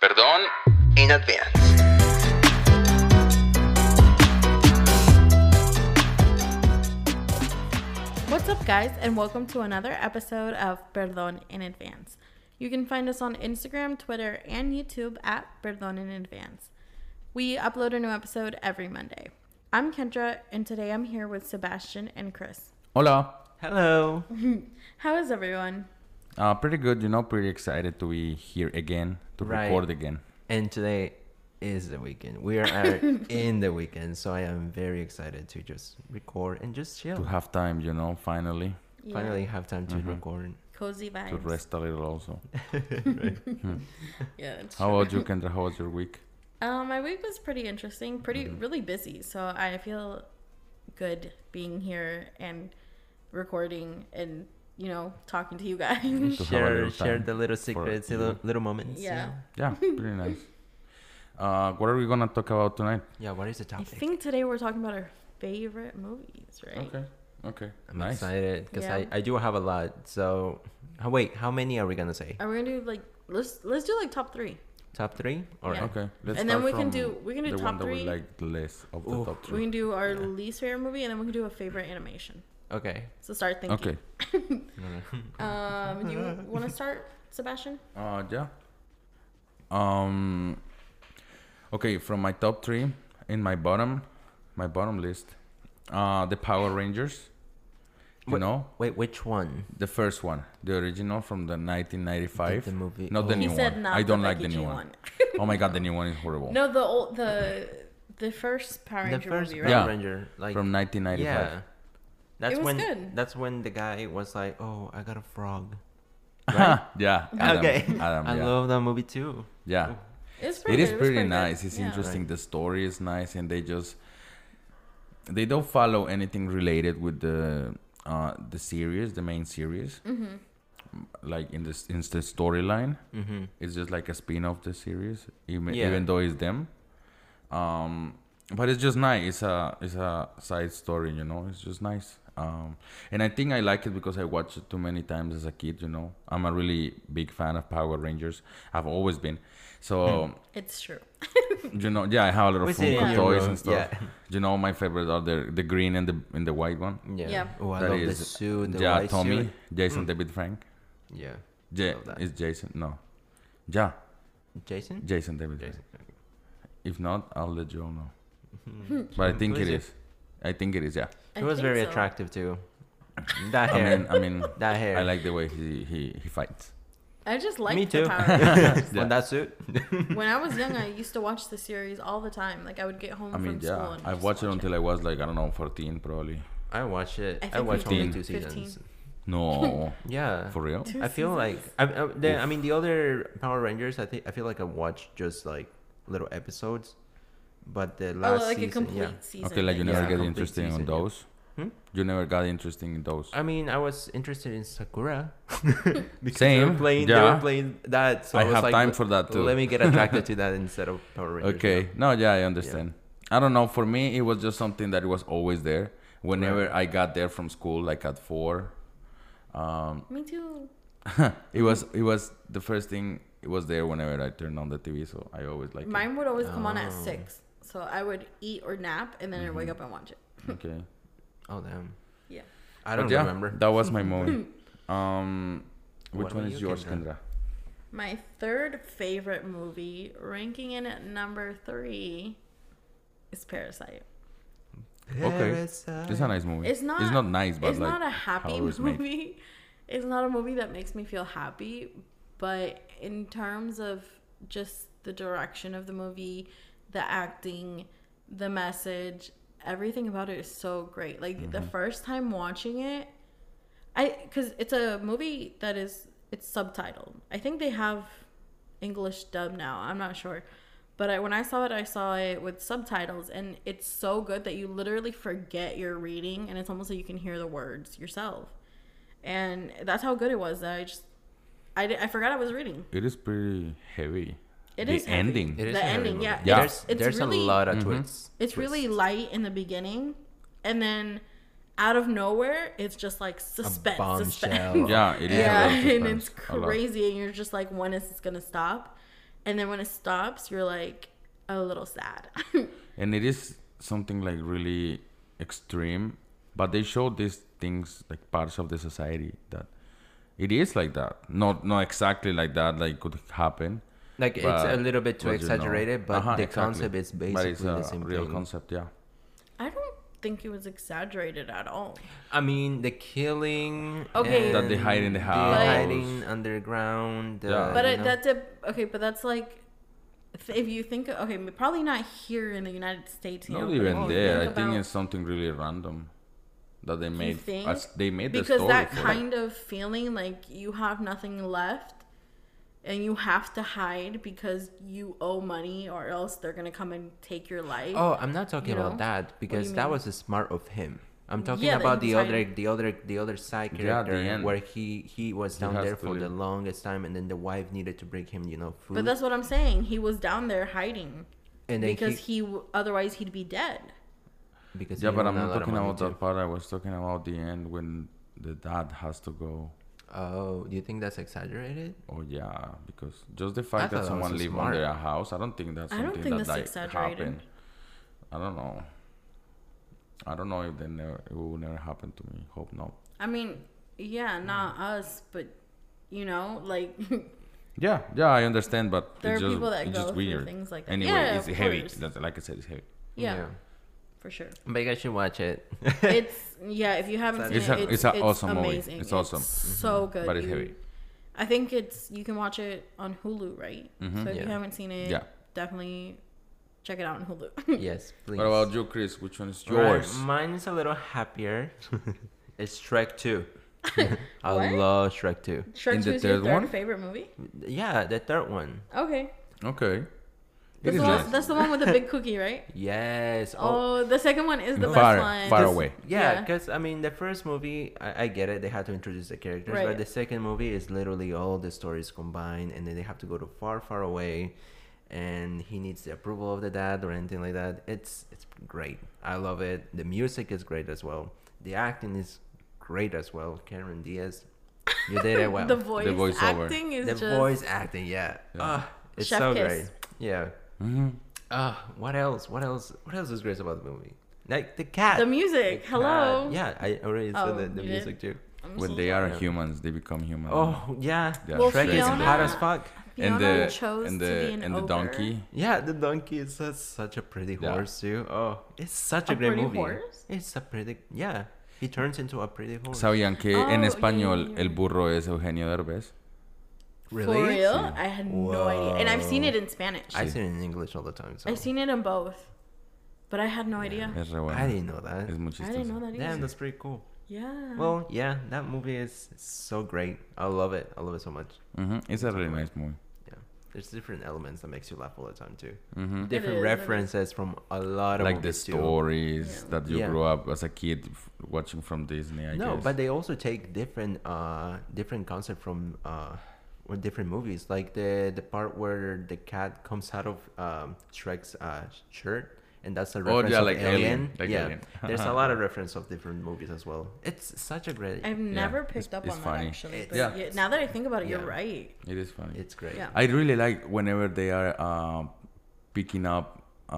Perdón, in advance. What's up, guys, and welcome to another episode of Perdón in Advance. You can find us on Instagram, Twitter, and YouTube at Perdón in Advance. We upload a new episode every Monday. I'm Kendra, and today I'm here with Sebastian and Chris. Hola. Hello. How is everyone? Uh, pretty good, you know, pretty excited to be here again, to Right. record again. And today is the weekend. We are out in the weekend, so I am very excited to just record and just To Mm-hmm. chill. have time, you know, finally, Yeah, Finally have time to record. cozy vibes. to rest a little also. Yeah, it's How about you, Kendra? How was your week? Um, my week was pretty interesting, pretty Mm-hmm. really busy. So I feel good being here and recording and you know talking to you guys. To have a Share little share time the little for secrets, you. little, little moments. yeah. Yeah, pretty nice. Uh, what are we gonna talk about tonight? Yeah, what is the I topic? think today we're talking about our favorite movies, right? Okay, okay, I'm nice. excited because Yeah. I, I do have a lot. So, oh, wait, how many are we gonna say? Are we gonna do like let's let's do like top three? Top three? All right. Yeah. Okay, let's And then start we can from do- we can do the top one that we three. like less of the Ooh. top We three. can do our least favorite movie, and then we can do a favorite animation. Okay. So start thinking. Okay. Um, do you want to start, Sebastian? Uh, yeah. Um. Okay, from my top three in my bottom, my bottom list, uh, the Power Rangers. You Wait, know Wait, which one? the first one, the original from the 1995. The- the movie- Not the oh. new He said one. not I the don't like the Becky new G one. one. oh my god, the new one is horrible. No, the old the the first Power Ranger the first movie, Power right? Yeah. Ranger, like from 1995. yeah. That's was when good. that's when the guy was like, "Oh, I got a frog." yeah. Adam, okay. Adam. I Um, yeah. love that movie too. yeah. It's It pretty is good, pretty good. nice. It's Yeah. interesting. The story is nice, and they just they don't follow anything related with the uh, the series, the main series. Mm-hmm. Like in this in the storyline, Mm-hmm. it's just like a spin off the series, even, Yeah. even though it's them. Um, but it's just nice. It's a it's a side story, you know. It's just nice. Um, and I think I like it because I watched it too many times as a kid. You know, I'm a really big fan of Power Rangers. I've always been. So It's true. you know, yeah, I have a lot We of see it Funko in your toys room, and stuff. yeah. You know, my favorites are the the green and the and the white one. Yeah. Yeah. Oh, I That love the is- suit. The yeah, white Tommy, suit. Jason, David Frank. Yeah. Ja- Love that. is Jason? No, yeah, Jason. Jason, David. Frank. Jason. If not, I'll let you all know. but I think Who it is it? is. I think it is. Yeah. Hmm. I He was think very so. attractive too. That I hair. mean, I mean, that hair. I like the way he he, he fights. I just like Me the too. Power Rangers. Yeah. On that suit. when I was young, I used to watch the series all the time. Like I would get home I mean, from school. yeah, And I just watched it watch until I was like I don't know, 14 probably. I watch it. I I, think watch 15. only two 15. seasons. No, Yeah. for real. Two I feel like seasons. I, I, the, I mean the other Power Rangers. I think I feel like I watched just like little episodes, but the oh, last like season, a complete yeah. season. Okay, like you Yeah, never get complete interesting season, in yeah. those. Hmm? You never got interesting in those. I mean, I was interested in Sakura. because They Same, were playing, they yeah. were playing that. So I I, was have like, time for that, too. Let me get attracted to that instead of Power Rangers. Okay. No, yeah, I understand. I don't know. For me, it was just something that was always there. Whenever I got there from school, like at four, um, Me too. it was it was the first thing. It was there whenever I turned on the TV. So I always like. Mine would always come on at Oh. six, so I would eat or nap, and then I'd Mm-hmm. wake up and watch it. It. Okay. Oh damn. Yeah. But I don't yeah, remember. That was my movie. um, which What one were is you, yours, Kendra? Kendra? My third favorite movie, ranking in at number three, is Parasite. Okay. Parasite. It's a nice movie. It's not. It's not nice, but it's like not a how happy it was made. movie. It's not a movie that makes me feel happy, but in terms of just the direction of the movie, the acting, the message, everything about it is so great. Like the Mm-hmm. first time watching it, I because it's a movie that is it's subtitled. I think they have English dub now. I'm not sure, but I, when I saw it, I saw it with subtitles, and it's so good that you literally forget you're reading, and it's almost like you can hear the words yourself. And that's how good it was that I just I, di- I forgot I was reading. It is pretty heavy. It the is heavy. ending. It is The a heavy ending, movie. yeah. Yeah. Mm-hmm. There's, It's there's really- a lot of twists. It's really twists. light in the beginning, and then out of nowhere, it's just like suspense, bombshell. suspense. Yeah, it is. a yeah, lot of and suspense. it's A lot. crazy, and you're just like, when is this gonna stop? and then when it stops, you're like a little sad. and it is something like really extreme but they show these things like parts of the society that it is like that not not exactly like that like could happen Like it's a but- little bit too but you know. exaggerated, but Uh-huh, the exactly. concept is But basically it's the a same real thing. concept yeah I don't think it was exaggerated at all. I mean, the killing. Okay. That they hide in the and house. hiding underground. uh, Yeah. But you it, know. that's a okay. But that's like if- if you think okay, m- probably not here in the United States. you not know, but if even you there i think about- it's something really random that they made think? as they made the because story that for it. kind of feeling like you have nothing left and you have to hide because you owe money or else they're gonna come and take your life. Oh, I'm not talking you about know? that because you that mean? was smart of him. I'm talking Yeah, the about the other, inside- the other, the other side Yeah, the character end. where he he was down has there to for the leave. longest time, and then the wife needed to bring him, you know, food. but that's what I'm saying. He was down there hiding and then because he, w otherwise he'd be dead. because yeah he but owned i'm a not lot of talking money about too. that part i was talking about the end when the dad has to go Oh, do you think that's exaggerated? Oh yeah, because just the fact thought that that someone was live smart. under a house, I don't think that's I don't something think that that's like exaggerated. happened. I don't know. I don't know if they never it will never happen to me. Hope not. I mean, yeah, not Mm. us, but you know, like Yeah, yeah, I understand, but There it's are just, people that it's go just through weird. things like that. Anyway, Yeah, it's of heavy. course. That's, like I said, it's heavy. yeah, for sure. But you guys should watch it. It's yeah, if you haven't seen It's it, a- it's, it's a awesome movie. amazing. It's awesome. Mm-hmm. so good. But it's You- heavy. I think it's you can watch it on Hulu, right? So if Yeah. you haven't seen it, Mm-hmm. Yeah. definitely check it out on Hulu. yes, please. What about you, Chris? Which one is Right, yours? mine's a little happier. it's Shrek 2. I What? love Shrek 2. Shrek In the Two is your third third one? favorite movie? Yeah, the third one. Okay. Okay. It That's is the, one, nice. that's the one with the big cookie, right? Yes. Oh, the second one is the Far- best one. far This- away. Yeah, Oh, yeah. because I mean, the first movie, I, I get it. They had to introduce the characters, Right. but the second movie is literally all the stories combined, and then they have to go to far, far away, and he needs the approval of the dad or anything like that. It's it's great. I love it. The music is great as well. The acting is great as well. Karen Diaz, you did it well. the voice voiceover. acting is the just voice acting, yeah. Ah, it's Chef so kiss. great. Yeah. Mm-hmm. what else? What else? What else is great about the movie? Like the cat. the music. The Hello. cat. Yeah, I already said Oh, the, the you music too. When they are humans, they become human. Oh yeah. Yeah, Well, Shrek is Fiona- hot as fuck. and Fiona the chose and to the be an and the ogre. donkey. Yeah, the donkey is such, such a pretty Yeah. horse too. Oh, it's such a, A great pretty movie. horse? It's a pretty yeah. He turns into a pretty horse. Sabían que Oh, yeah, en yeah, español yeah. el burro es Eugenio Derbez. really? For real? I had no idea. And I've seen Wow. it in Spanish. I see it in English all the time. So I've seen it in both. But I had no idea. Es re bueno. I didn't know that. Es muy I chistoso. didn't know that either. Damn, that's pretty cool. Yeah. Well, yeah, that movie is so great. I love it. I love it so much. Mhm, It's a really nice movie. Yeah, there's different elements that makes you laugh all the time too. Mhm. Different is, it is. references from a lot of like the movies, too. stories Yeah. that you Yeah. grew up as a kid f- watching from Disney. I no, guess. but they also take different uh different concept from uh or different movies, like the the part where the cat comes out of um Shrek's uh shirt. And that's a Oh, reference yeah, of like Alien, Alien. like yeah, Alien. there's a lot of reference of different movies as well. It's such a great. I've never picked it's- up it's on funny. that actually. It's- But Yeah. yeah, now that I think about it, you're Yeah. right. it is funny. It's great. Yeah. I really like whenever they are uh, picking up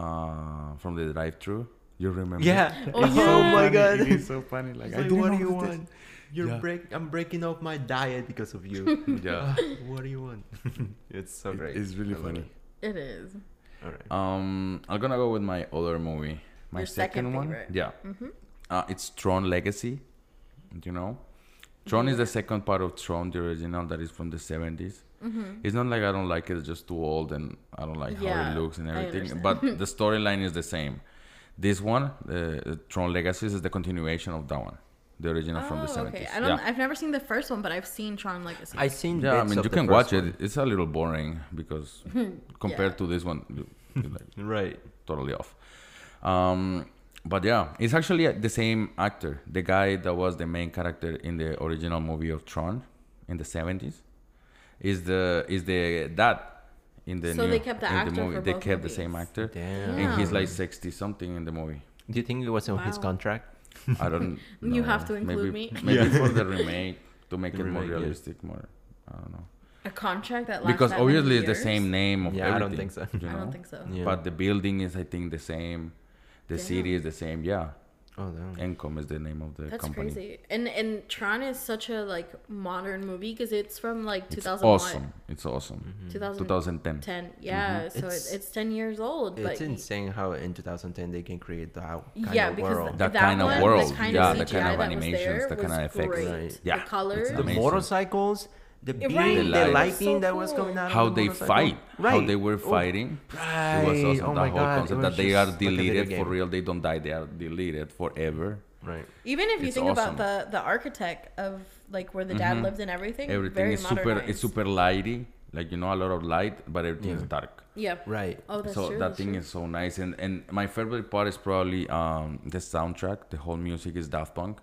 uh, from the drive-through. You remember? Yeah. Oh, yeah. my funny, god. It is so funny. Like, It's I like, didn't what do know you this." want? You're Yeah. break. I'm breaking off my diet because of you. Yeah. what do you want? it's so It- great. it's really I love funny. it. It is. All right. Um, I'm gonna go with my other movie. My Your second one. favorite. Mm-hmm. Yeah. Uh, it's Tron Legacy. You know, Tron is the second part of Tron, the original that is from the 70s. It's not like I don't like it; it's just too old, and I don't like how Mm-hmm. Yeah, it looks and I everything. understand. But the storyline is the same. This one, uh, Tron Legacy, is the continuation of that one, the original from oh, the 70s. okay. I don't yeah. I've never seen the first one, but I've seen Tron Legacy. I seen. Yeah, I bits mean, of you the can first watch one. it. It's a little boring because compared to this one, you, you like, Right. totally off. Um, but yeah, it's actually the same actor, the guy that was the main character in the original movie of Tron in the seventies, is the is the dad in the So new, they kept the in actor movie. for they both kept the same movies. actor, Damn. and he's like sixty something in the movie. Do you think it was on his Wow. contract? I don't. You know, have to include maybe, me. Maybe for the remake to make The it more remake, yeah. realistic, more. I don't know. a contract that lasts because that many obviously it's the years? same name of Yeah, I don't everything, think so. you I know? don't think so. Yeah. But the building is, I think, the same. The city is the same. Yeah, Oh, damn. Encom is the name of the That's company. crazy. And and Tron is such a like modern movie because it's from like It's 2001, awesome. Mm-hmm. It's awesome. Mm-hmm. 2010. 2010. Yeah, so Mm. It's- it, it's 10 years old. It's but insane how in 2010 they can create that kind Yeah, of because world. That kind of one, world, the kind yeah, of the CGI kind that of was animations, there the kind of was effects. great. Yeah, Right. the it's colors. the Amazing. motorcycles, the beam, right. the, The lights. lightning So that was cool. coming out. of How the they motorcycle. fight, how Right. they were Oh, fighting. Right. It was awesome. Oh that my whole God. it concept was that they just are like a video deleted for game. real. They don't die. They are deleted forever. Right. Even if you It's think awesome. Mm-hmm. about the the architect of like where the dad lived and everything, Everything very is super. It's modernized. super lighty. Like you know, a lot of light, but everything is dark. Yeah. Right. Oh, that's so true. that that's thing true. is so nice, and and my favorite part is probably um the soundtrack. The whole music is Daft Punk.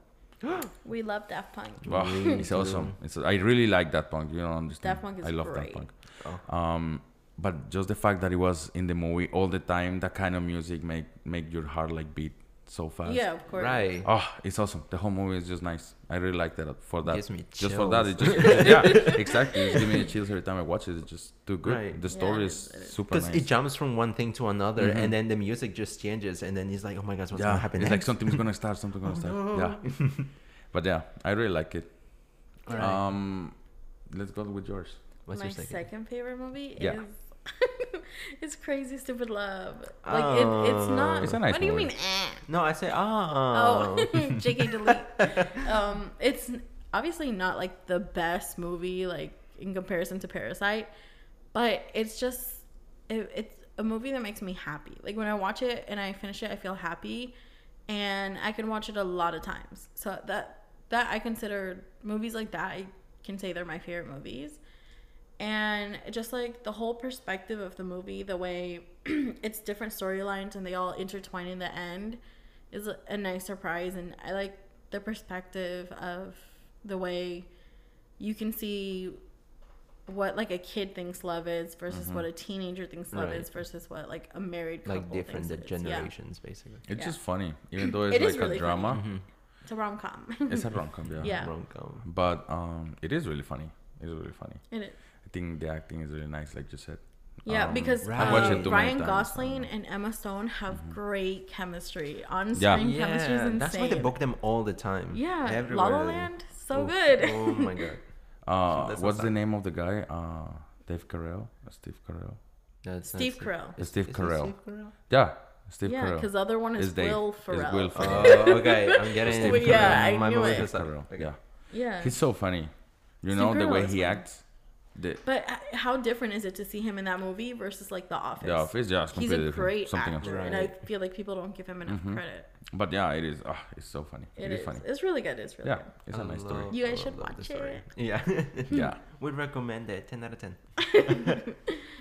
We love Daft Punk. Wow, it's awesome. It's I really like that punk. You don't understand. Daft Punk is I love great. that Oh. punk. Um, but just the fact that it was in the movie all the time, that kind of music make make your heart like beat so fast. Yeah, of course. Right. Oh, it's awesome. The whole movie is just nice. I really like that for that. Gives me just for that, it chills. just yeah, exactly. It's giving me chills every time I watch it. It's just too good. Right. The story it is is, it is. super Because nice. Mm-hmm. it jumps from one thing to another, and then the music just changes, and then he's like, "Oh my gosh, what's yeah, gonna happen?" Oh, it's like next? something's gonna start, something's gonna start. Yeah, but yeah, I really like it. All right. Um, let's go with yours. What's My your second? second? favorite movie Yeah. is it's Crazy Stupid Love. Like it, it's not. Uh, It's a nice what do you movie. mean? Eh? No, I say, Oh, "Ah." Oh. JK delete. um, it's n- obviously not like the best movie, like in comparison to Parasite, but it's just it, it's a movie that makes me happy. Like when I watch it and I finish it, I feel happy, and I can watch it a lot of times. So that that I consider movies like that, I can say they're my favorite movies and just like the whole perspective of the movie the way it's different storylines and they all intertwine in the end is a- a nice surprise and i like the perspective of the way you can see what like a kid thinks love is versus what a teenager thinks love Mm-hmm. Right. is versus what like a married couple Like different the thinks it is. Yeah. generations, basically. It's Yeah. just funny, even though it's It like is a really funny. drama. it's a rom-com It's a rom com, yeah. Yeah. Rom-com. But um, it is really funny. It's really funny. It is- I think the acting is really nice, like you said. Yeah, Um, because Right. I um, watched it too many Ryan times, Gosling so- and Emma Stone have great chemistry. On Yeah. screen chemistry is Mm-hmm. Yeah, insane. that's why they book them all the time. Yeah, everywhere. La La Land, so Oof. good. Oh my god, Uh, That's what's not the bad. name of the guy? Uh, Dave Carell, Uh, Steve Carell, that's not Steve Carell. Is- Steve is it Carell. Steve Carell? yeah, Steve Yeah, Carell. because the other one is It's Dave. Will It's Ferrell. Will Ferrell. Oh, okay, I'm getting Steve it. Carell. Yeah, I My knew mouth it. is Steve up. Carell. Okay. Yeah, yeah. he's so funny. You Steve know the Carell way is he funny. acts. The but h- how different is it to see him in that movie versus like The Office? The Office, yeah, it's He's completely a different. great Something else. actor, and I feel like people don't give him enough credit. but yeah, it is. Ah, it's so funny. It is, is. funny. It's really good. It's really Yeah, good. it's a nice love- story. You guys I should love the watch story. it. Yeah. Yeah. Would recommend it. 10 out of 10. All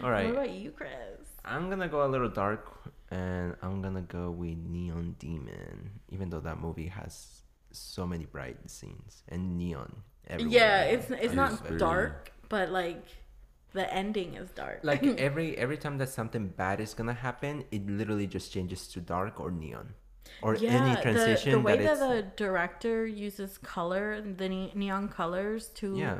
What right. about you, Chris? I'm going to go a little dark and I'm going to go with Neon Demon, even though that movie has so many bright scenes and neon everywhere. Yeah, it's it's not very- dark, but like the ending is dark. like every every time that something bad is going to happen, it literally just changes to dark or neon or any transition the, the way that, that, it's the director uses color, the ne- neon colors to yeah.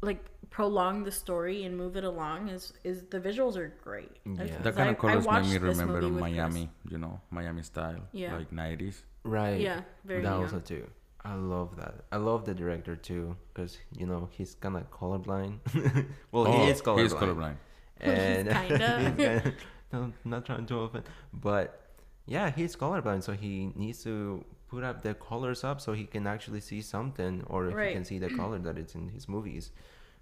like prolong the story and move it along is is the visuals are great. I- Yeah. That 'cause kind I- of colors I made me watched this remember movie with Miami. You know, Miami style, Yeah. like nineties. Right. Chris. Yeah, very that neon. also too. I love that. I love the director too, because you know he's kind of colorblind. well, Oh, he is colorblind. He is colorblind. And kinda. he's kinda- no, not trying to offend, but yeah, he's colorblind, so he needs to put up the colors up so he can actually see something, or if he Right. can see the color that it's in his movies.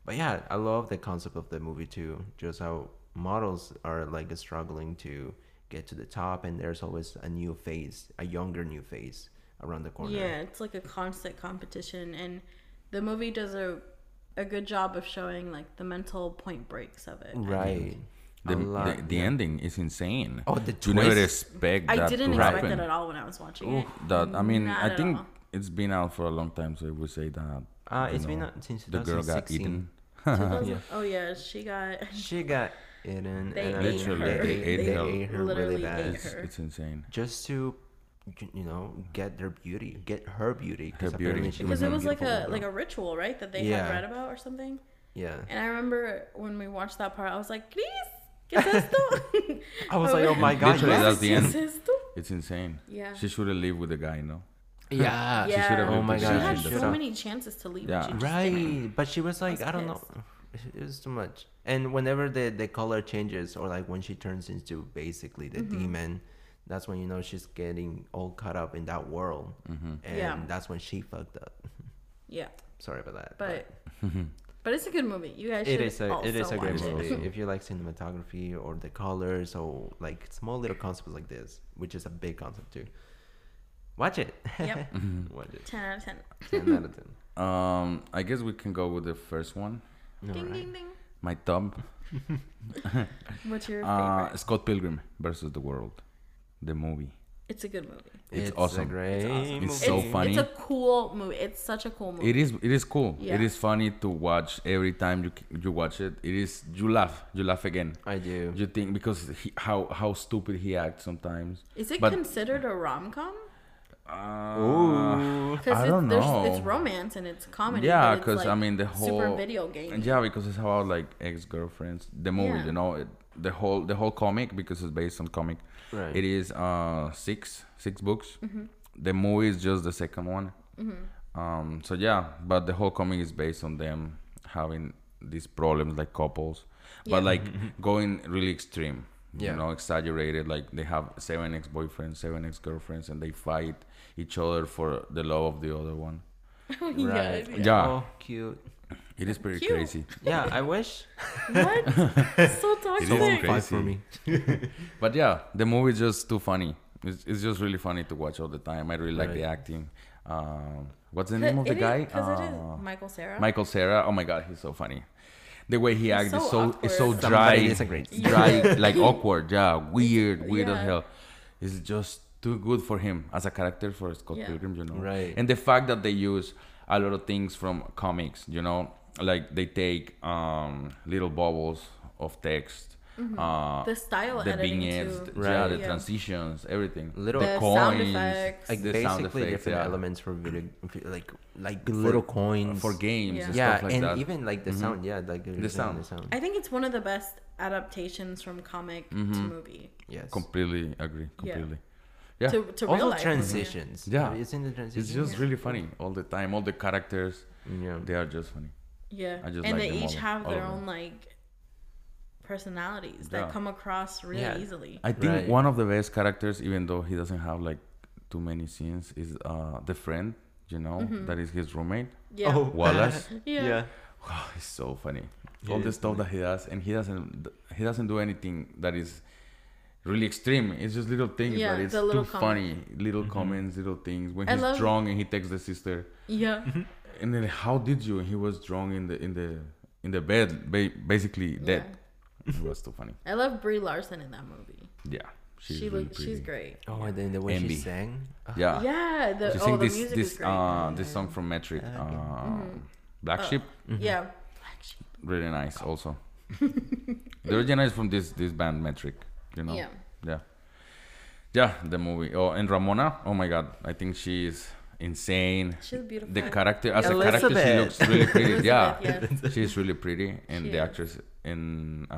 But yeah, I love the concept of the movie too. Just how models are like struggling to get to the top, and there's always a new face, a younger new face around the corner. Yeah, it's like a constant competition, and the movie does a a good job of showing like the mental point breaks of it. Right. The, A lot, the, the yeah. ending is insane. Oh, the you never twist. expect that I didn't to expect happen. that at all when I was watching it. That I mean, Not I at think all. it's been out for a long time, so we say that. Uh, you it's been know, out since the girl got 2016. eaten. Yeah. Oh yeah, she got. She got eaten. They and I ate mean, Literally, her- they they, ate they her. ate her really Literally bad. ate It's, her. it's insane. Just to, you- you know, get their beauty, get her beauty. 'cause Her beauty. apparently she Because a it was like beautiful a girl. like a ritual, right? That they Yeah. had read about or something. Yeah. And I remember when we watched that part, I was like, Chris, ¿qué es esto? I was like, oh my And god. literally yes. that's the end. ¿Qué es esto? It's insane. Yeah. She should have lived with the guy, no? Yeah. Yeah. She should have Oh lived my with She God, the had guy. she so should've. many chances to leave. and Yeah. she just didn't. Right, but she was like, was I don't know, pissed. it was too much. And whenever the the color changes, or like when she turns into basically the Mm-hmm. demon, that's when you know she's getting all caught up in that world, Mm-hmm. and Yeah. that's when she fucked up. Yeah. Sorry about that. But Mm-hmm. but it's a good movie. You guys should it is a also it is a great watch it. movie if you like cinematography or the colors or like small little concepts like this, which is a big concept too. Watch it. Yep. Mm-hmm. Watch it. Ten out of ten. Ten out of ten. Um, I guess we can go with the first one. ding Alright. ding ding. My thumb. What's your Uh, favorite? Scott Pilgrim versus the World, the movie. It's a good movie. It's a awesome. great It's movie. so it's, funny. It's a cool movie. It's such a cool movie. It is. It is cool. It Yeah. is funny to watch every time you c- you watch it. It is you laugh. You laugh again. I do. You think because he, how how stupid he acts sometimes. Is it but- considered a rom com? Uh, I don't it's, there's- know. It's romance and it's comedy. yeah, because because I mean the whole super video game. Yeah, because it's about like ex girlfriends. The movie, Yeah. you know, it, the whole the whole comic because it's based on comic. Right. It is uh six six books. Mm-hmm. The movie is just the second one. Um. So yeah, but the whole comic is based on them having these problems like couples, but Yeah. like going really extreme. Yeah. You know, exaggerated. Like they have seven ex boyfriends, seven ex girlfriends, and they fight each other for the love of the other one. Right. yeah. Yeah, Oh, cute. it is pretty Cute. crazy. Yeah, I wish. What? so It is toxic. crazy. Fight for me. But yeah, the movie is just too funny. It's, it's just really funny to watch all the time. I really like the Right. acting. Um, what's the name of the guy? Because it Uh, is Michael Sarah. Michael Sarah. Oh my god, he's so funny. The way he acts so is so it's so awkward. dry, Somebody disagrees. dry, like awkward. Yeah, weird, weird as Yeah. hell. It's just too good for him as a character for Scott Yeah. Pilgrim, you know. Right. And the fact that they use a lot of things from comics, you know, like they take um, little bubbles of text. Uh, Mm-hmm. The style the editing vignettes, too. th- yeah, Right. the Yeah. transitions, everything, Little- The sound effects. Like the basically sound effects, different yeah. elements for video, like like little coins for games Yeah. and Yeah, stuff like and that. Mm-hmm. even like the sound. Yeah, like the sound. The sound. I think it's one of the best adaptations from comic to Mm-hmm. movie Yes. completely agree, Yeah. completely. Yeah, to to real also life. transitions. Yeah. it's in the transition. it's just really funny all the time. All the characters, Yeah. they are just funny. Yeah, I just and like they them each all- have all their of them. own like personalities Yeah. that come across really Yeah. easily. I think Right. one of the best characters, even though he doesn't have like too many scenes, is uh the friend. You know Mm-hmm. that is his roommate yeah. Oh. Wallace. yeah, Oh, it's so funny. Yeah, All the it's stuff that he does, and he doesn't he doesn't do anything that is really extreme. It's just little things, Yeah, but it's the too little funny. Little Mm-hmm. comments, little things. When I he's love- drunk and he texts the sister, yeah, and then how did you? And he was drunk in the in the in the bed, ba- basically dead. it was too funny. I love Brie Larson in that movie. Yeah, she's she really look, she's pretty. great. Oh, and then the way Envy. she sang. Ugh, Yeah, yeah, the, She oh, sing the this music is this great. Mm-hmm. Oh. uh this song from Metric, um, Black Sheep. Yeah, Mm-hmm. Black Sheep. really nice also the original is from this this band metric you know Yeah. yeah yeah the movie oh and ramona oh my god i think she is insane She's beautiful. the character as a character she Elizabeth. looks really pretty yeah Elizabeth, she's really pretty and She the is. actress and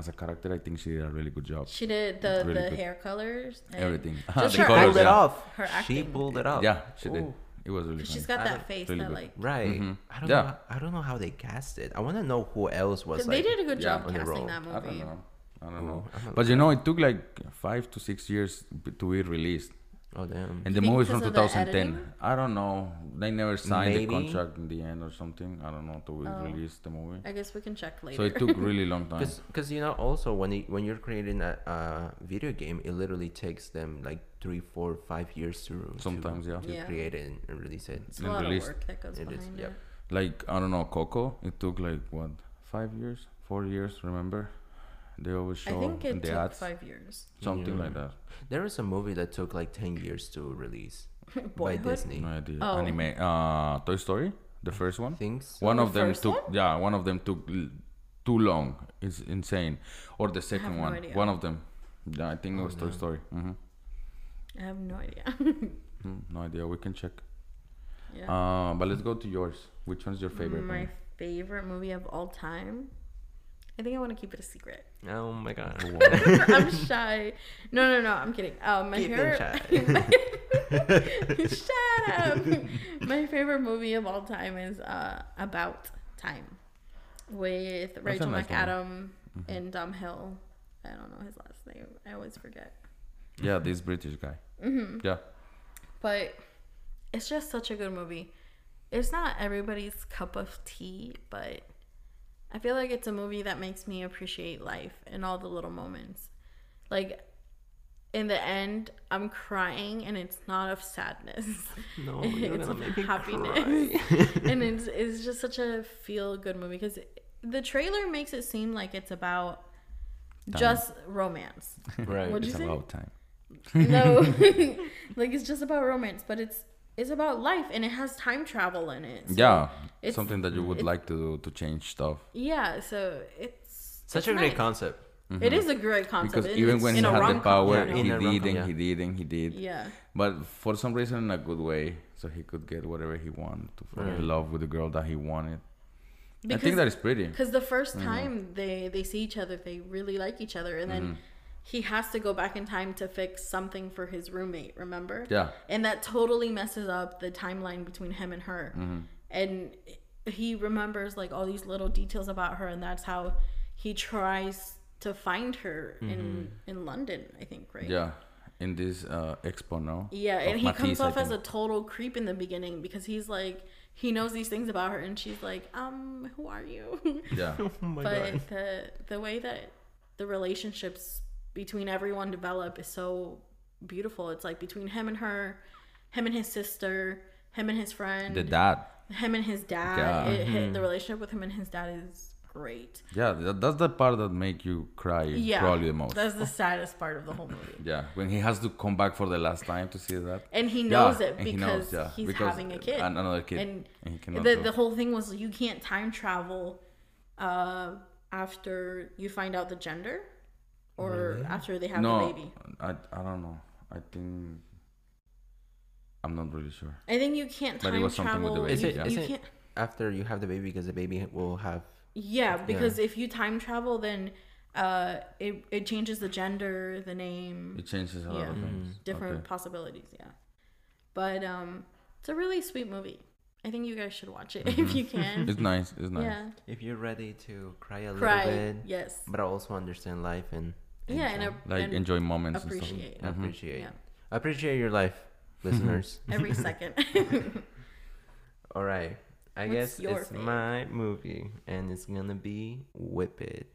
as a character i think she did a really good job She did the Really the good. hair colors. and everything Just The her Pulled colors, acting. it yeah. off. Her She acting. pulled it off. yeah she did Ooh. it was really She's funny got that face really that good. like. Right. Mhm. I don't Yeah. know. I don't know how they cast it. I want to know who else was. they like, did a good yeah, job on the casting roll. that i don't movie. know i don't Ooh, know I'm not but you know it took like five to six years b- to be released Oh damn. And the think movie's from because of the editing? 2010. I don't know. They never signed Maybe. the contract in the end or something. I don't know to Oh. release the movie. I guess we can check later. So it took really long time. Because you know, also when it, when you're creating a, a video game, it literally takes them like three, four, five years to to- Sometimes, yeah. to Yeah. create it and release it. it's a and lot released. of work that goes It behind is, it. yep. Like I don't know, Coco. It took like what five years, four years. Remember, they always I show think in it the took ads five years. something like that. There was a movie that took like ten years to release Boyhood? by Disney. No idea. Oh. Anime. Uh, Toy Story, the first one. Things. one The of them first took one? yeah, one of them took l- too long. It's insane. Or the second no one. idea. One of them. Yeah, I think it was Toy Story. hmm I have no idea. Mm, No idea. We can check. yeah. Uh, but let's go to yours. Which one's your favorite? My movie? favorite movie of all time. I think I want to keep it a secret. Oh my god. I'm shy. No, no, no. I'm kidding. Um, my Keep them favorite. Shut up. My favorite movie of all time is uh, About Time, with Rachel nice one. McAdam Mm-hmm. and Dom Hill. I don't know his last name. I always forget. Yeah, this British guy. Mm-hmm. Yeah. But it's just such a good movie. It's not everybody's cup of tea, but I feel like it's a movie that makes me appreciate life and all the little moments. Like in the end, I'm crying and it's not of sadness. No, you're it's gonna of make me happiness. and it's it's just such a feel good movie because the trailer makes it seem like it's about just romance. Right. Would you It's say? about time. No, like it's just about romance, but it's it's about life and it has time travel in it. So- Yeah. it's- Something that you would it's- like to do to change stuff. yeah. So it's it's Such a great Mm-hmm. nice. concept. It is a great concept Because and even it's when he in a had the rom-com, power, Yeah, you he in know? a did rom-com, and yeah. he did and he did. yeah, But for some reason, in a good way, so he could get whatever he wanted to fall in love with the girl that he wanted. I think that is pretty. because the first Mm-hmm. time they they see each other, they really like each other, and Mm-hmm. then. He has to go back in time to fix something for his roommate, remember? Yeah. And that totally messes up the timeline between him and her. Mm-hmm. And he remembers like all these little details about her, and that's how he tries to find her in in London, I think, right? Mm-hmm. Yeah, in this uh, expo, no? Yeah, Of and he Matisse, comes I off as a think. total creep in the beginning because he's like he knows these things about her and she's like, "Um, who are you?" Yeah, Oh my god. but the the way that the relationships between everyone develop is so beautiful. It's like between him and her, him and his sister, him and his friend, the dad. him and his dad. Yeah. Mm-hmm. It- it- the relationship with him and his dad is great. Yeah, that, that's the part that make you cry Yeah. probably the most. That's the saddest part of the whole movie. Yeah, when he has to come back for the last time to see that. and he Yeah, knows it and he because knows, yeah, he's because having a kid an- another kid, and, and he cannot the, do the it. whole thing was you can't time travel uh, after you find out the gender or after they have the Mm-hmm. No, baby I, I don't know. I think I'm not really sure. i think you can't But it time was something with the travel baby, Is you, it, yeah. is you it can't after you have the baby because the baby will have yeah because if you time travel then uh, it, it changes the gender the name It changes a lot Yeah. of things. Mm-hmm. different Okay. possibilities yeah but um it's a really sweet movie i think you guys should watch it Mm-hmm. if you can It's nice. It's nice. yeah if you're ready to cry a cry little bit, yes but also understand life and Mm-hmm. yeah and, a, Like and enjoy moments. And appreciate stuff. Mhm. appreciate Yeah. appreciate your life, listeners. every second. All right, I What's guess your it's fave? my movie, and it's gonna be Whip It.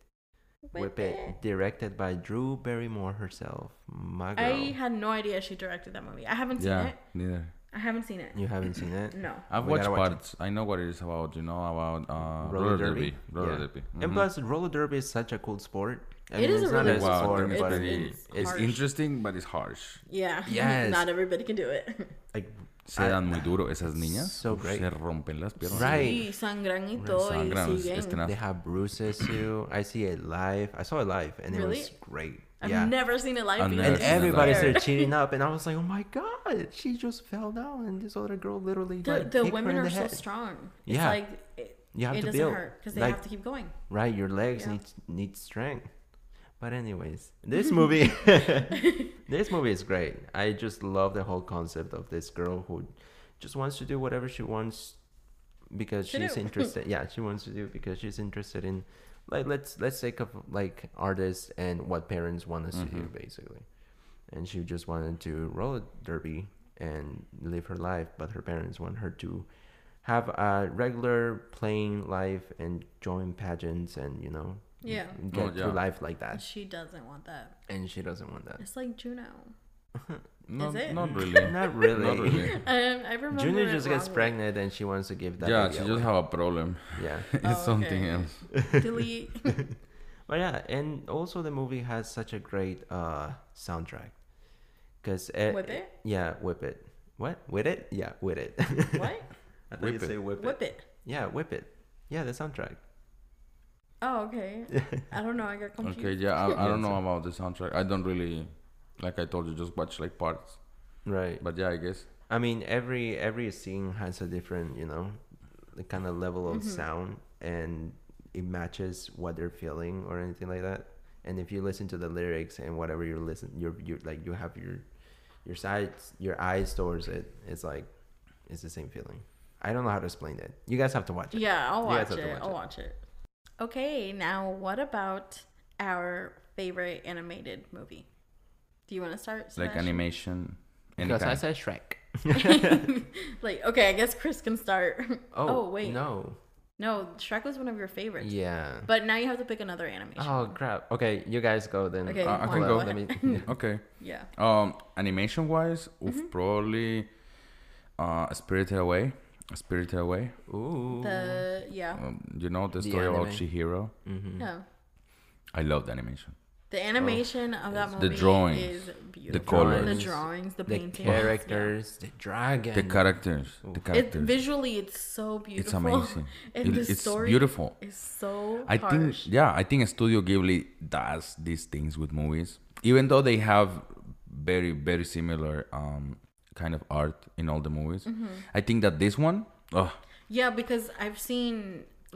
Whip, it. directed by Drew Barrymore herself. My girl, I had no idea she directed that movie. I haven't seen Yeah, it. neither. I haven't seen it. you haven't seen it. No. I've We watched gotta watch it. parts. I know what it is about. You know about uh, roller, derby. Roller Yeah. derby. And Mhm. plus, roller derby is such a cool sport. I It is a it's really not cool Oh, wow, sport, then it's, but pretty- it's- it's, harsh. interesting, but it's harsh. Yeah. Yes. Not everybody can do it. Like, Se I- dan muy duro esas niñas. So Uf, great. Se rompen las piernas. Right. Y sangran y todo. y Sangran, es- siguen. es tenaz. they have bruises too. I see it live. I saw it live, and it Really? was great. I've yeah. never seen it live. I've either. never and seen it everybody live. started cheating up, and I was like, "Oh my god, she just fell down, and this other girl literally The, like, the kicked her women in the are so head." strong. Yeah. It's like it, You have it to doesn't build, hurt because they like- Mm. have to keep going. Right, your legs Yeah. need need strength. But anyways, this movie this movie is great. I just love the whole concept of this girl who just wants to do whatever she wants because To she's do. interested. Yeah, she wants to do because she's interested in like let's let's take of like artists and what parents want us to Mm-hmm. do basically. And she just wanted to roller derby and live her life, but her parents want her to have a regular plain life and join pageants and you know Yeah. get Oh, yeah. through life like that She doesn't want that. and she doesn't want that It's like Juno. Not, Is it? not really. not really, not really. Um, I remember. Junior it just gets wrongly. pregnant and she wants to give that Yeah, baby she just away. have a problem. yeah it's Oh, something okay. else. Delete. but yeah and also the movie has such a great uh soundtrack because Whip It? yeah whip it what with it yeah with it what? I thought Whip you'd It. say whip, Whip it it. yeah whip it yeah the soundtrack Oh, okay. I don't know. I got confused. Okay, yeah, I, I don't know about the soundtrack. I don't really, like I told you, just watch like parts. right But yeah, I guess. Mm-hmm. I mean, every every scene has a different, you know, the kind of level of sound and it matches what they're feeling or anything like that. And if you listen to the lyrics and whatever you're listen, you're, you're like you have your your sides, your eyes towards it. It's like it's the same feeling. I don't know how to explain it. You guys have to watch it. Yeah, I'll You guys watch have to it. watch I'll it. watch it. Okay, now what about our favorite animated movie? Do you want to start? like Sebastian? animation. Any Because I kind. said Shrek. like okay, I guess Chris can start. Oh, wait, no. no. Shrek was one of your favorites. Yeah. But now you have to pick another animation. Oh crap. Okay, you guys go then. Okay, I- I can Well, go. Let me. okay. Yeah. Um, animation wise, Mm-hmm. oof, probably uh, Spirited Away. Spirited Away. Ooh. The yeah. Um, you know the The story about anime. Chihiro. No. I love the animation. The animation of that The movie drawings. is beautiful. colors. the drawings, the, the paintings, characters, the dragon. The characters. The yeah. It, characters. visually, it's so it's beautiful. amazing. And It- the it's story beautiful. is so. I harsh. think yeah, I think Studio Ghibli does these things with movies, even though they have very very similar um, kind of art in all the movies. Mm-hmm. I think that this one, oh, Yeah, because I've seen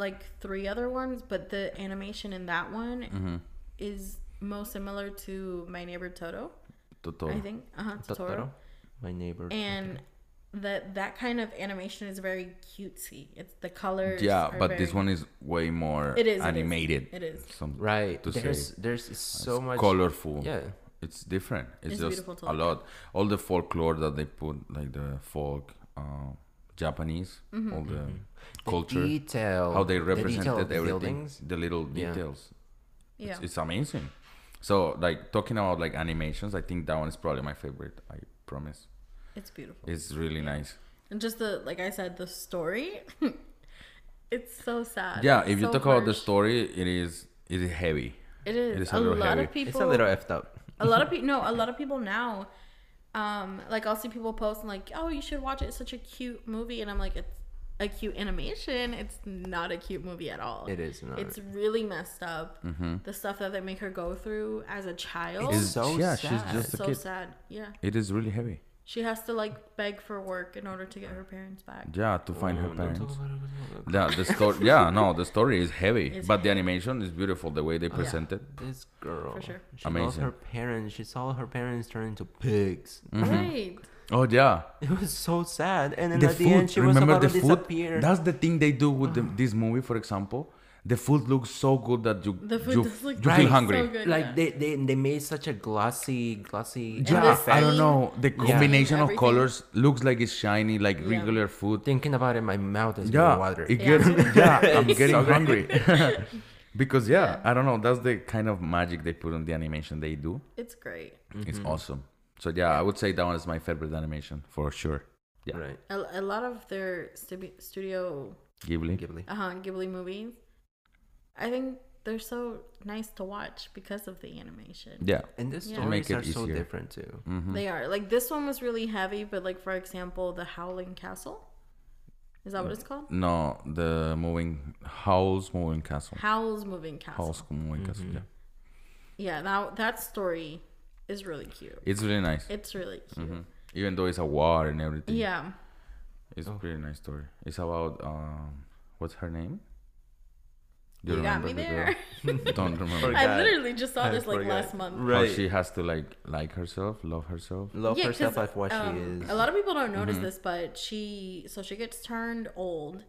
like three other ones, but the animation in that one Mm-hmm. is most similar to My Neighbor Toto, Totoro. I think. Uh-huh, Totoro. Totoro, my neighbor. And that that kind of animation is very cutesy. It's the colors. yeah, are but this very- one is way more It is, it is, animated. it is. Some- right. to There's say. there's so much colorful. Yeah. it's different. It's, It's just beautiful to a look lot. All the folklore that they put, like the folk, uh, Japanese, Mm-hmm. all the culture, Mm-hmm. detail. how they the detail represented of the everything, buildings. the little Yeah. details. Yeah. It's, it's amazing. So, like talking about like animations, I think that one is probably my favorite. I promise. It's beautiful. It's really nice. and just the like I said, the story. it's so sad. Yeah, It's if you so talk about the harsh. story, it is it is heavy. it is, it is a a, little lot heavy. of It's a people. It's a little effed up. a lot of people no a lot of people now um like i'll see people post and like oh you should watch it it's such a cute movie and i'm like it's a cute animation it's not a cute movie at all It is not. Mm-hmm. it's really messed up the stuff that they make her go through as a child It's is It's- so yeah, sad. she's just a so kid. sad yeah It is really heavy. she has to like beg for work in order to get her parents back Yeah, to find her Oh, don't talk parents. about it. Yeah, the story. yeah, no, the story is heavy, It's but the animation is beautiful. The way Oh, they present it. This girl. For sure. She lost Amazing. her parents. She saw her parents turn into pigs. right Oh yeah, It was so sad. And then at the end, she was about to disappear. Ah. That's the thing they do with the, this movie, for example. The food looks so good that you The food you, does look you right. feel so hungry. good. like yeah. they, they they made such a glossy glossy And Yeah, the I don't scene- know. The combination of Everything. colors looks like it's shiny, like regular food. thinking about it my mouth is Yeah, getting water it Yeah. gets. Yeah, I'm getting so good. hungry. because yeah, I don't know. That's the kind of magic they put on the animation they do. it's great It's awesome. So yeah, I would say that one is my favorite animation for sure. Yeah, right a, a lot of their stubi- studio Ghibli. Ghibli. uh-huh, Ghibli movies. I think they're so nice to watch because of the animation. Yeah, and the Yeah. stories Make it are so easier. different too They are. Like this one was really heavy, but like for example, The Howling Castle. Is that what it's called? no, the moving Howl's Moving Castle. Howl's Moving Castle. Howl's Moving Castle. Mm-hmm. Yeah, Yeah, that that story is really cute. it's really nice. It's really cute. Mm-hmm. Even though it's a war and everything. Yeah. It's Oh. a pretty nice story. It's about um, what's her name? Do You got me remember there. the girl? Don't remember. I God. literally just saw I this like forgot. last month. How Right. she has to like like herself, love herself. love Yeah, 'cause, herself of what um, she is Mm-hmm. A lot of people don't notice this, but she so she gets turned old,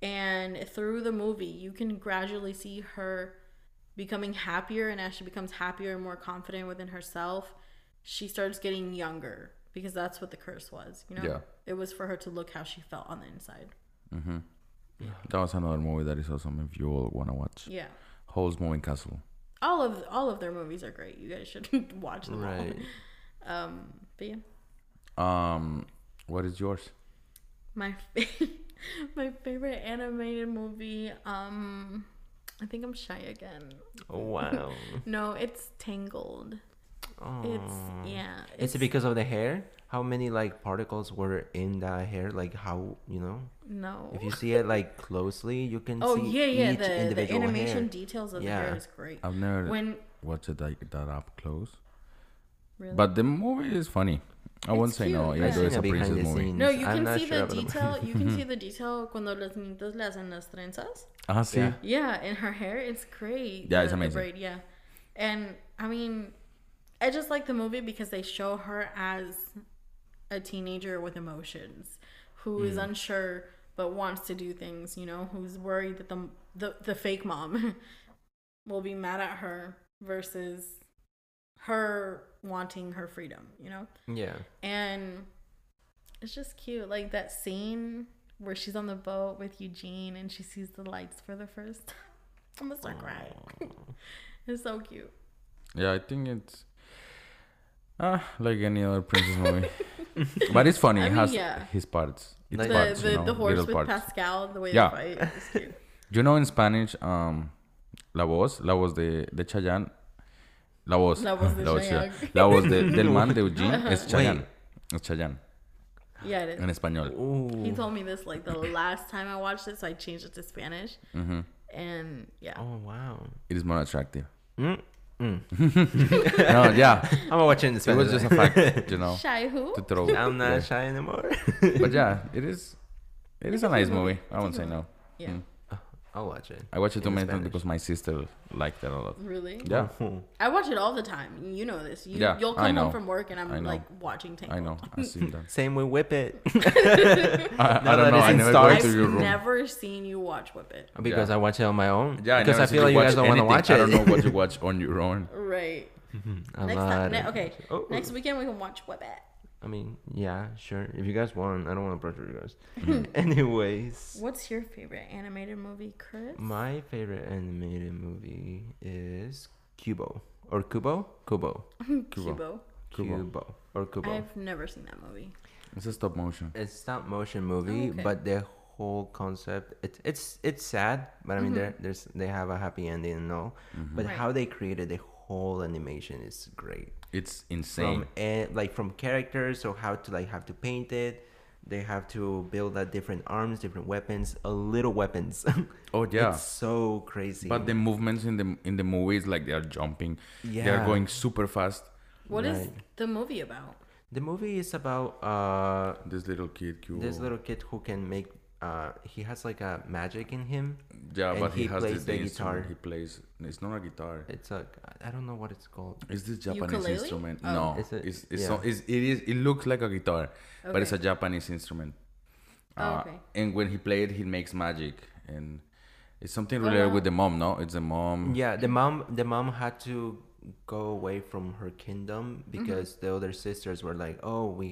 and through the movie, you can gradually see her becoming happier, and as she becomes happier and more confident within herself, she starts getting younger because that's what the curse was. You know, Yeah. it was for her to look how she felt on the inside. That was another movie that is awesome if you all wanna watch. Yeah. Howl's Moving Castle. All of all of their movies are great. You guys should watch them right all. Um, but yeah, Um, what is yours? my fa- my favorite animated movie. Um, I think I'm shy again. oh, wow No, it's tangled. It's yeah. is it because of the hair how many like particles were in that hair like how you know no. if you see it like closely you can oh see yeah, yeah. each The, the individual animation hair. details of the Yeah. hair is great. I've never When watched it like that up close. Really? But the movie is funny. I won't It's say no. cute, Yeah, yeah. it's a Seen it behind princess the movie. scenes. no, you I'm can not see sure the about the- detail. you can see the detail cuando los niños le hacen las trenzas. Ah, sí. Yeah. Yeah, and her hair is great. Yeah, it's The- the amazing. braid, yeah, and I mean, I just like the movie because they show her as a teenager with emotions, who is unsure but wants to do things. You know, who's worried that the the, the fake mom will be mad at her versus her wanting her freedom. You know, Yeah. and it's just cute like that scene where she's on the boat with eugene and she sees the lights for the first time i'm gonna start crying it's so cute Yeah, I think it's ah like any other princess movie, but it's funny. I it mean, has yeah. his parts. Its Like- the, parts, the, you know, the horse little with parts. pascal the way Yeah. they fight is cute You know, in Spanish, um, la voz, la voz de de Chayanne, la voz, La voz de Chayanne. la voz de- del man de Eugene es Wait. Chayanne, es Chayanne yeah it en is. español. he Ooh. told me this like the last time i watched it so i changed it to spanish Mhm. and yeah Oh wow. It is more attractive. Mm. Mm. no, yeah, I'm watching this. it was just a fact, you know, shy who to throw. I'm not yeah. shy anymore. But yeah, it is. It is a nice movie. I won't say no. yeah Mm. I'll watch it. I watch it too In many times Spanish. because my sister liked it a lot. really Yeah. i watch it all the time you know this you, Yeah, you'll I come know. home from work and I i'm know. like watching Tangled. I know. I've seen that. Same with Whip It. I, Now that it's in I've stars. never seen you watch Whip It. Because Yeah. I watch it on my own. Yeah, because I, never feel said like you guys don't want to anything. watch it. I don't know what you watch on your own. Right. a Next lot. time, ne- okay. Oh, Next weekend we can watch Whip It. I mean, yeah, sure. If you guys want, I don't want to pressure you guys. Anyways, What's your favorite animated movie, Chris? my favorite animated movie is Cubo or Kubo, Kubo, Kubo. Kubo. Kubo. Kubo or Kubo. I've never seen that movie. It's a stop motion. It's stop motion movie, Oh, okay. but the whole concept it, it's it's sad, but I mean there there's they have a happy ending and all, but Mm-hmm. Right. how they created the whole animation is great. It's from insane. eh, like from characters or how to like have to paint it they have to build out different arms different weapons a little weapons Oh, yeah. it's so crazy But the movements in the in the movies, like they are jumping, they are Yeah. going super fast. What is Right. the movie about? the movie is about uh This little kid, Kubo. this little kid who can make uh he has like a magic in him yeah, and but he, he has plays this the the instrument guitar. He plays. It's not a guitar. it's a i don't know what it's called It's this Japanese Ukulele? instrument. Oh. No, It's it's, a- it's, yeah. so- it's- it is it looks like a guitar, but it's a Okay. Japanese instrument. Uh, Oh, okay. Ah, And when he played, he makes magic, and it's Oh, something related with the mom. No, it's the mom. yeah the mom the mom had to go away from her kingdom Mm-hmm. because the other sisters were like oh we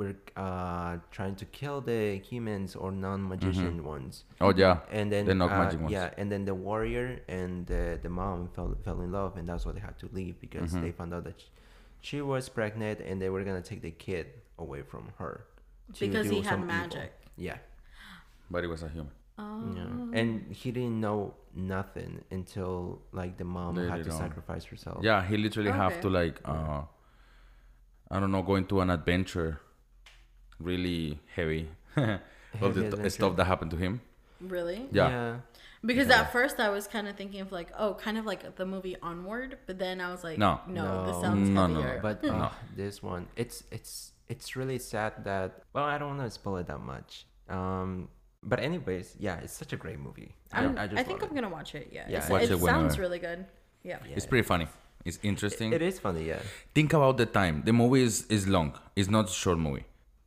we're uh trying to kill the humans or non-magician ones Oh yeah. and then the knock uh, magic ones. yeah and then the warrior and the, the mom fell, fell in love and that's why they had to leave because Mm-hmm. they found out that sh- she was pregnant and they were gonna take the kid away from her to Because do he had some evil. magic. Oh, yeah But it was a human. yeah. and he didn't know nothing until like the mom had Later to on. sacrifice herself Yeah, he literally Oh, have Okay. to like uh I don't know, go into an adventure really heavy of the Heavy t- stuff adventure. that happened to him. Really? Yeah. Because at first I was kind of thinking of like, oh, kind of like the movie Onward, but then I was like, No. no, this No. sounds No, no, heavier. But uh, this one, it's it's it's really sad that. Well, I don't want to spoil it that much. Um, but anyways, yeah, it's such a great movie. I'm, I, I, just think love I'm gonna watch it. Yeah, Yeah, It's- Watch it, it whenever. sounds really good. Yeah. It's pretty funny. It's interesting. it. It is funny, yeah. Think about the time. The movie is, is long. It's not a short movie.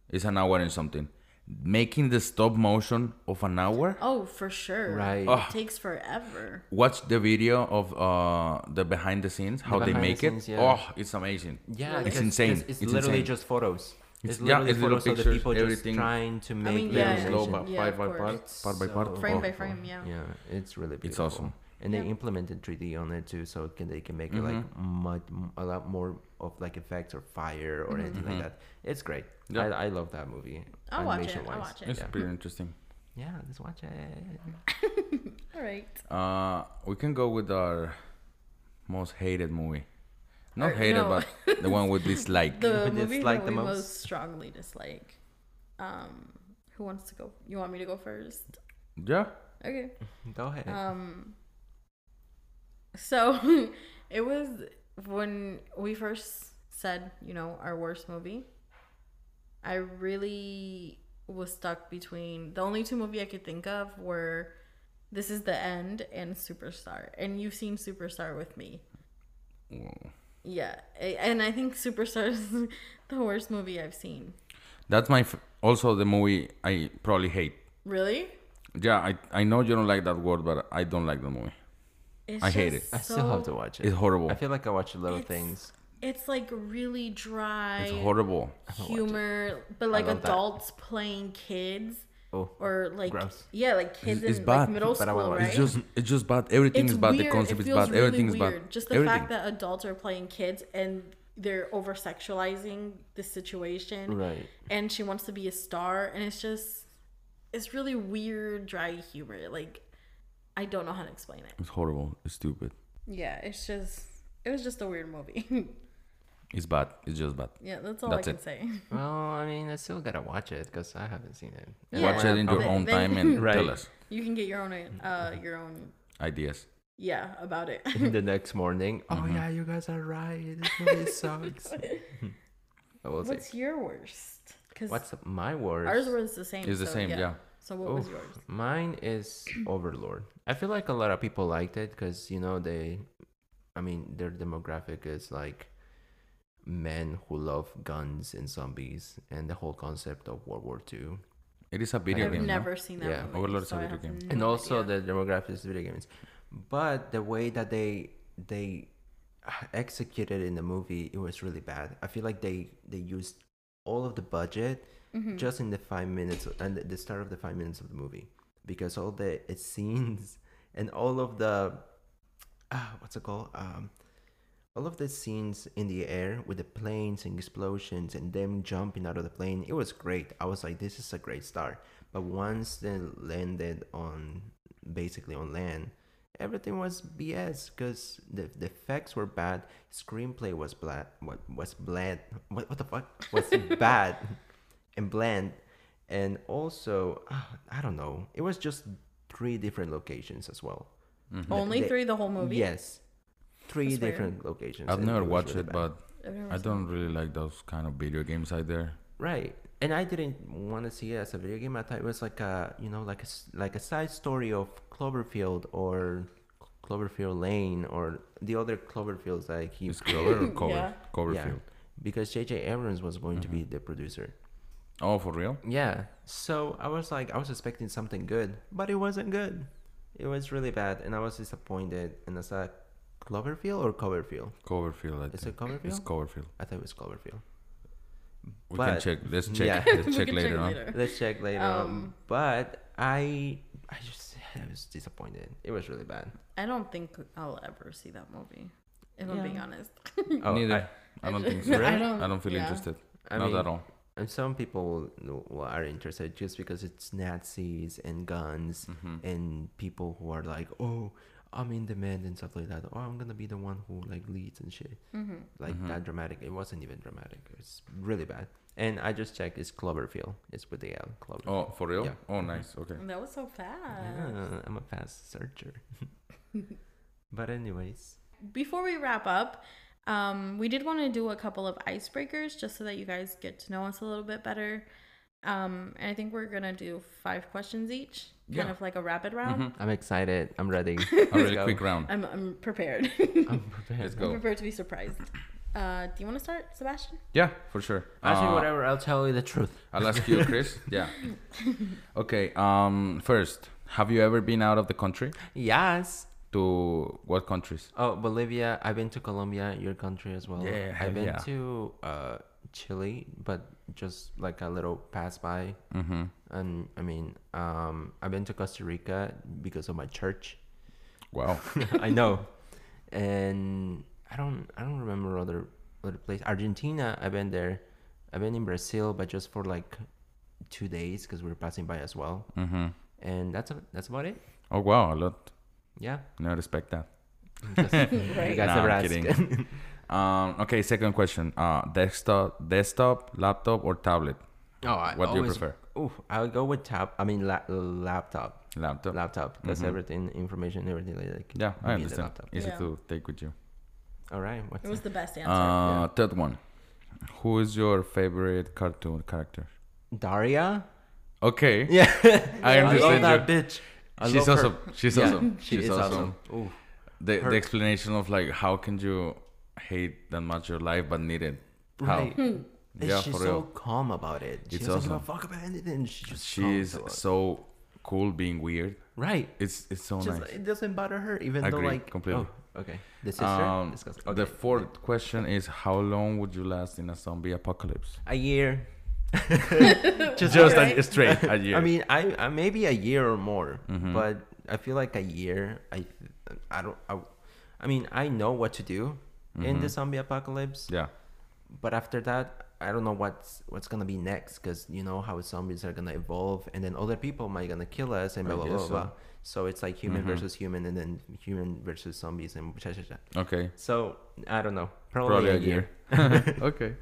It's an hour and something. Making the stop motion of an hour. Oh, for sure. Right. It takes forever. Watch the video of uh the behind the scenes, how they behind the make scenes, it. yeah. Oh, it's amazing. Yeah, it's because insane. It's, it's literally insane. just photos. It's, It's- yeah, literally it's little photos of the pictures, people just everything. trying to make mean, the yeah. Very slow, animation. but Yeah, part of by course. part, It's part by part. so Frame by Oh, frame, yeah. Yeah, it's really beautiful. awesome. And they Yeah. implemented 3D on it too, so can they can make it like Mm-hmm. much a lot more of like effects or fire Mm-hmm. or anything like that. It's great. Mm-hmm. Yeah. I, I love that movie. I'll watch it, animation-wise. I'll watch it. It's Yeah. pretty interesting. yeah, let's watch it. All right. Uh, we can go with our most hated movie. Not Or- hated, no. but the one we dislike. the we movie dislike that the we most? most? strongly dislike. Um, who wants to go? You want me to go first? yeah. Okay. Go ahead. Um. So, it was when we first said, you know, our worst movie. I really was stuck between the only two movie I could think of were This Is the End and Superstar. And you've seen Superstar with me. Whoa. Yeah. a- And I think Superstar is the worst movie I've seen. That's my f- also the movie I probably hate. Really? Yeah, I I know you don't like that word, but I don't like the movie. It's I hate just it. I still have so- to watch it. It's horrible. I feel like I watch a lot of It's- things. It's like really dry. It's horrible. humor, but like love that. adults playing kids Oh, or like Gross. yeah, like kids It's- it's in like bad, middle but I wanna school, watch right? It's just it's just bad. Everything It's is bad. weird. The it concept is feels bad. Really Everything is weird. bad. Just the Everything. fact that adults are playing kids and they're over sexualizing the situation, Right. And she wants to be a star, and it's just it's really weird, dry humor. Like I don't know how to explain it. it's horrible. It's stupid. Yeah, it's just it was just a weird movie. It's bad. It's just bad. yeah, that's all That's I can it. say. well, I mean, I still gotta watch it because I haven't seen it. And Yeah. Watch it in your They- own they- time and Right. tell us You can get your own Mm, uh your own ideas. yeah about it. the next morning. Oh yeah, you guys are right. This movie sucks. I will say. What's your worst? Because What's my worst? ours was the same. It's the same, yeah. So what was yours? Mine is Overlord. I feel like a lot of people liked it because you know they, I mean, their demographic is like men who love guns and zombies and the whole concept of World War Two. It is a video I've game. no? never seen that Yeah, movie. Overlord is so a I video have game. no and also idea. the demographic is video games but the way that they they executed in the movie it was really bad i feel like they they used all of the budget just in the five minutes and the start of the five minutes of the movie because all the uh, scenes and all of the uh, what's it called um all of the scenes in the air with the planes and explosions and them jumping out of the plane, it was great. I was like, this is a great start. But once they landed on basically on land, everything was BS because the, the effects were bad. Screenplay was bad. What was bland? What, what the fuck was bad and bland? And also, ah, I don't know. It was just three different locations as well. Mm-hmm. only the- three the whole movie. Yes, three That's weird. different locations. I've and never was watched really it, bad. but I've never I seen don't really like those kind of video games out there. Right, and I didn't want to see it as a video game. I thought it was like a you know like a s- like a side story of Cloverfield or Cloverfield Lane or the other Cloverfields that I keep. It's cover or cover Yeah. cover Yeah, field. because J.J. Abrams was going to be the producer. Oh, for real? Yeah, so I was like I was expecting something good, but it wasn't good. It was really bad, and I was disappointed. And I said Cloverfield or Coverfield. Coverfield. I Is think. it Coverfield? It's Coverfield. I thought it was Cloverfield. We But- can check. Let's check. Yeah. We Let's check can later on. Let's check later Um, on. But I, I just, I was disappointed. It was really bad. I don't think I'll ever see that movie. If I'm Yeah. being honest. Oh, Neither. I, don't think so. I I don't- don't, feel yeah. interested. I Not mean- at all. And some people will- will- are interested just because it's Nazis and guns Mm-hmm. and people who are like, oh, I'm in demand and stuff like that. Oh, I'm gonna be the one who like leads and shit. Mm-hmm. Like that dramatic. It wasn't even dramatic. It's really bad. And I just checked. It's Cloverfield. It's with the L. Cloverfield. Oh, for real? Yeah. Oh, nice. Okay. that was so fast. Yeah, I'm a fast searcher. but anyways, Before we wrap up, um, we did want to do a couple of icebreakers just so that you guys get to know us a little bit better. Um, and I think we're gonna do five questions each, kind Yeah. Mm-hmm. of like a rapid round. I'm excited. I'm ready. A really quick round. I'm I'm prepared. I'm prepared. Let's I'm go. prepared to be surprised. Uh, do you want to start, Sebastian? Yeah, for sure. Actually, Uh, whatever. I'll tell you the truth. I'll ask you, Chris. Yeah. Okay. Um. First, have you ever been out of the country? Yes. To what countries? Oh, Bolivia. I've been to Colombia, your country as well. Yeah, hell I've been yeah. to uh, Chile, but just like a little pass by. Mm-hmm. And I mean, um, I've been to Costa Rica because of my church. Wow. I know. And I don't I don't remember other other place. Argentina, I've been there. I've been in Brazil, but just for like two days because we were passing by as well. Mm-hmm. And that's a, that's about it. Oh wow, a lot. Yeah. No respect that. You Right. guys Nah, ever I'm ask? kidding. um. Okay. Second question. Uh. Desktop, desktop, laptop, or tablet? Oh, I What do you always- prefer? Ooh, I'll go with tab. I mean, la- laptop. Laptop. Laptop. That's everything, information, everything like that. Mm-hmm. Yeah, I You need a understand. laptop. Easy Yeah. to take with you. All right. What's It was the best answer. Uh, Third one. Who is your favorite cartoon character? Daria. Okay. Yeah, I I love understand that your- bitch. I She's love her. awesome. She's Yeah, awesome. She She's is awesome. awesome. Ooh. The, Her- the explanation of like how can you hate that much your life but need it? How? Right. And Yeah, she's for so real. calm about it. She It's doesn't give a awesome. fuck about anything. She just She calms is about it. so cool being weird. right. It's it's so Just, uh, nice. It doesn't bother her, even though Agree, like completely. Oh, okay. The sister. Um, Disgusting. The Okay. fourth question is how long would you last in a zombie apocalypse? a year. just Just okay. a, straight a year. Mm-hmm. I mean, I, I maybe a year or more, but I feel like a year. I I don't. I, I mean, I know what to do in the zombie apocalypse. Mm-hmm. yeah, But after that, I don't know what's what's gonna be next because you know how zombies are gonna evolve, and then other people might gonna kill us, and I blah blah guess so. blah. Mm-hmm. blah. So it's like human versus human, and then human versus zombies, and cha cha cha. okay, So I don't know. Probably, probably a year. okay.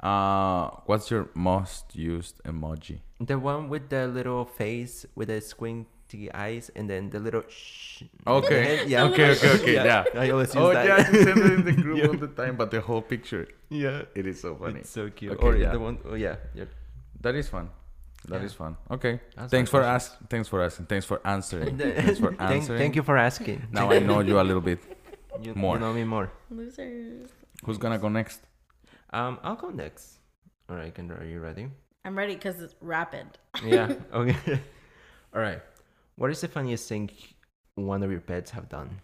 Uh, what's your most used emoji? The one with the little face with the squinty eyes, and then the little shh. Okay. Yeah. Okay. Okay. Okay. Yeah. I always use oh that. yeah, I send it in the group all the time, but the whole picture. Yeah. It is so funny. It's so cute. Okay, or yeah. the one, oh, yeah, yeah. That is fun. That is Yeah. fun. Okay. That's thanks my for ask. Thanks for asking. Thanks for answering. thanks for thank, answering. thank you for asking. Now I know you a little bit. you, you more. know me more. Losers. Who's gonna go next? Um, I'll go next. All right, Kendra, are you ready? I'm ready because it's rapid. Yeah. okay. All right. What is the funniest thing one of your pets have done?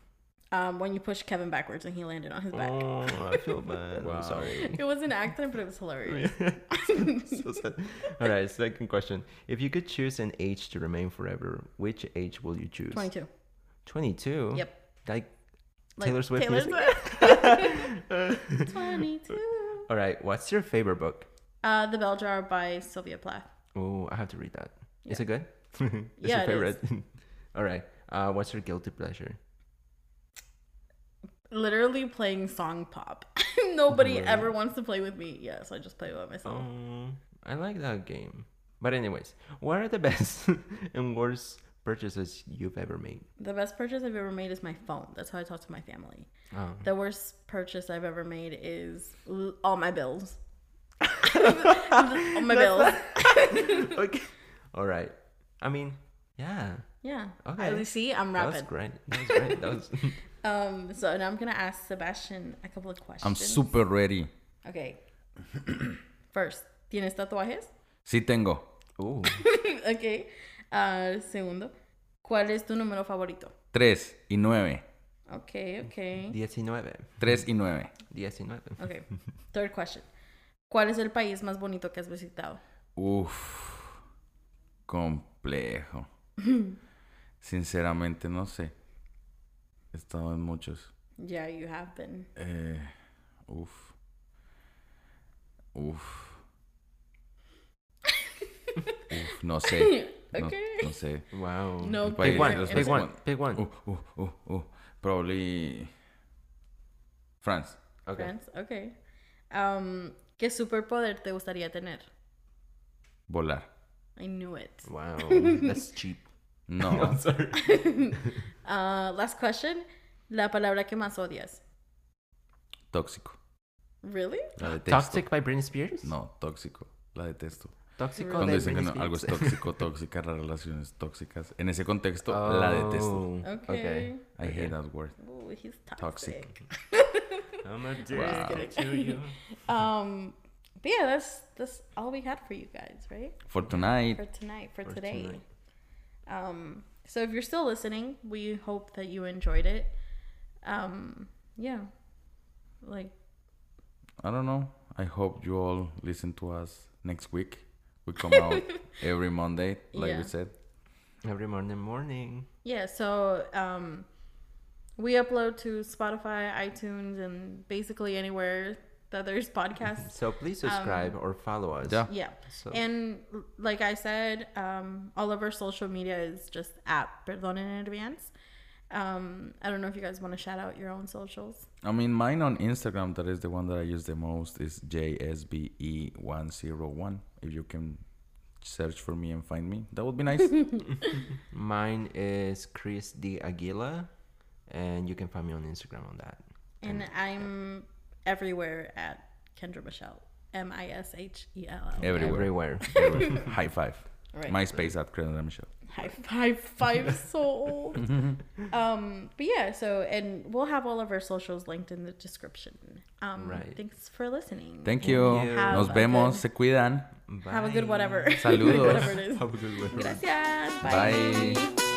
Um, when you pushed Kevin backwards and he landed on his back. Oh, I feel bad. Wow. I'm sorry. It was an accident, but it was hilarious. so sad. All right, second question. If you could choose an age to remain forever, which age will you choose? 22. 22? Yep. Like Taylor Swift music? Swift. 22. All right, what's your favorite book? Uh, the Bell Jar by Sylvia Plath. Oh, I have to read that. Is Yeah. it good? it's Yeah, it is. All right. Uh, what's your guilty pleasure? Literally playing song pop. Nobody Right. ever wants to play with me. Yeah, so I just play by myself. Um, I like that game. But anyways, what are the best and worst purchases you've ever made? The best purchase I've ever made is my phone. That's how I talk to my family. Oh. The worst purchase I've ever made is l- all my bills. all my bills. okay. All right. I mean, yeah. Yeah. Okay. Okay. See, I'm That was rapid. great. That was great. That was Um. So now I'm gonna ask Sebastian a couple of questions. I'm super ready. Okay. First, ¿tienes tatuajes? Sí tengo. Ooh. ok. Ah, segundo, ¿cuál es tu número favorito? Tres y nueve. Ok, ok. 19. Tres y nueve. 19. Ok. Third question. ¿Cuál es el país más bonito que has visitado? Uf, complejo. Sinceramente no sé. He estado en muchos. Yeah, you have been. Eh, uf. Uf. Uf, no sé. No, Ok. no sé. Wow. No, El Pick país, one, los pick países- one, pick one. Uh, uh, uh, uh. Probably France. Okay. France. Ok. Um, ¿Qué superpoder te gustaría tener? Volar. I knew it. Wow. That's cheap. No. Sorry. Uh, last question. La palabra que más odias. tóxico. Really? La detesto. Toxic by Britney Spears? No, tóxico. La detesto. Toxic Cuando dicen que no, algo es tóxico, tóxica, las relaciones tóxicas. En ese contexto, Oh, la Oh. detesto. Okay. I hate that word. Ooh, he's Toxic. toxic. I'm a Wow. to you. Um, but yeah, that's that's all we had for you guys, right? For tonight. For tonight, for, For today. tonight. Um, so if you're still listening, we hope that you enjoyed it. Um, yeah, like I don't know. I hope you all listen to us next week. We come out every Monday, like Yeah. we said. Every morning, morning. yeah. So um, we upload to Spotify, iTunes, and basically anywhere that there's podcasts. So please subscribe or follow us. Yeah. Yeah. So- Um, And l- like I said, um, all of our social media is just at Perdón in Advance. Um, I don't know if you guys want to shout out your own socials. I mean, mine on Instagram, that is the one that I use the most, is E JSBE101. If you can search for me and find me, that would be nice. Mine is Chris D. Aguila, and you can find me on Instagram on that. And I'm everywhere at Kendra Michelle. M I S H E L L. everywhere. Everywhere. everywhere. High five. Right. MySpace at Credit and Michelle. High five, five so old. um, but yeah, so and we'll have all of our socials linked in the description. Um, Right. Thanks for listening. Thank you. you. Nos Have a vemos. good- Se cuidan. Have a good Bye. whatever. Saludos. whatever it is. Have a good one. Gracias. Bye. Bye.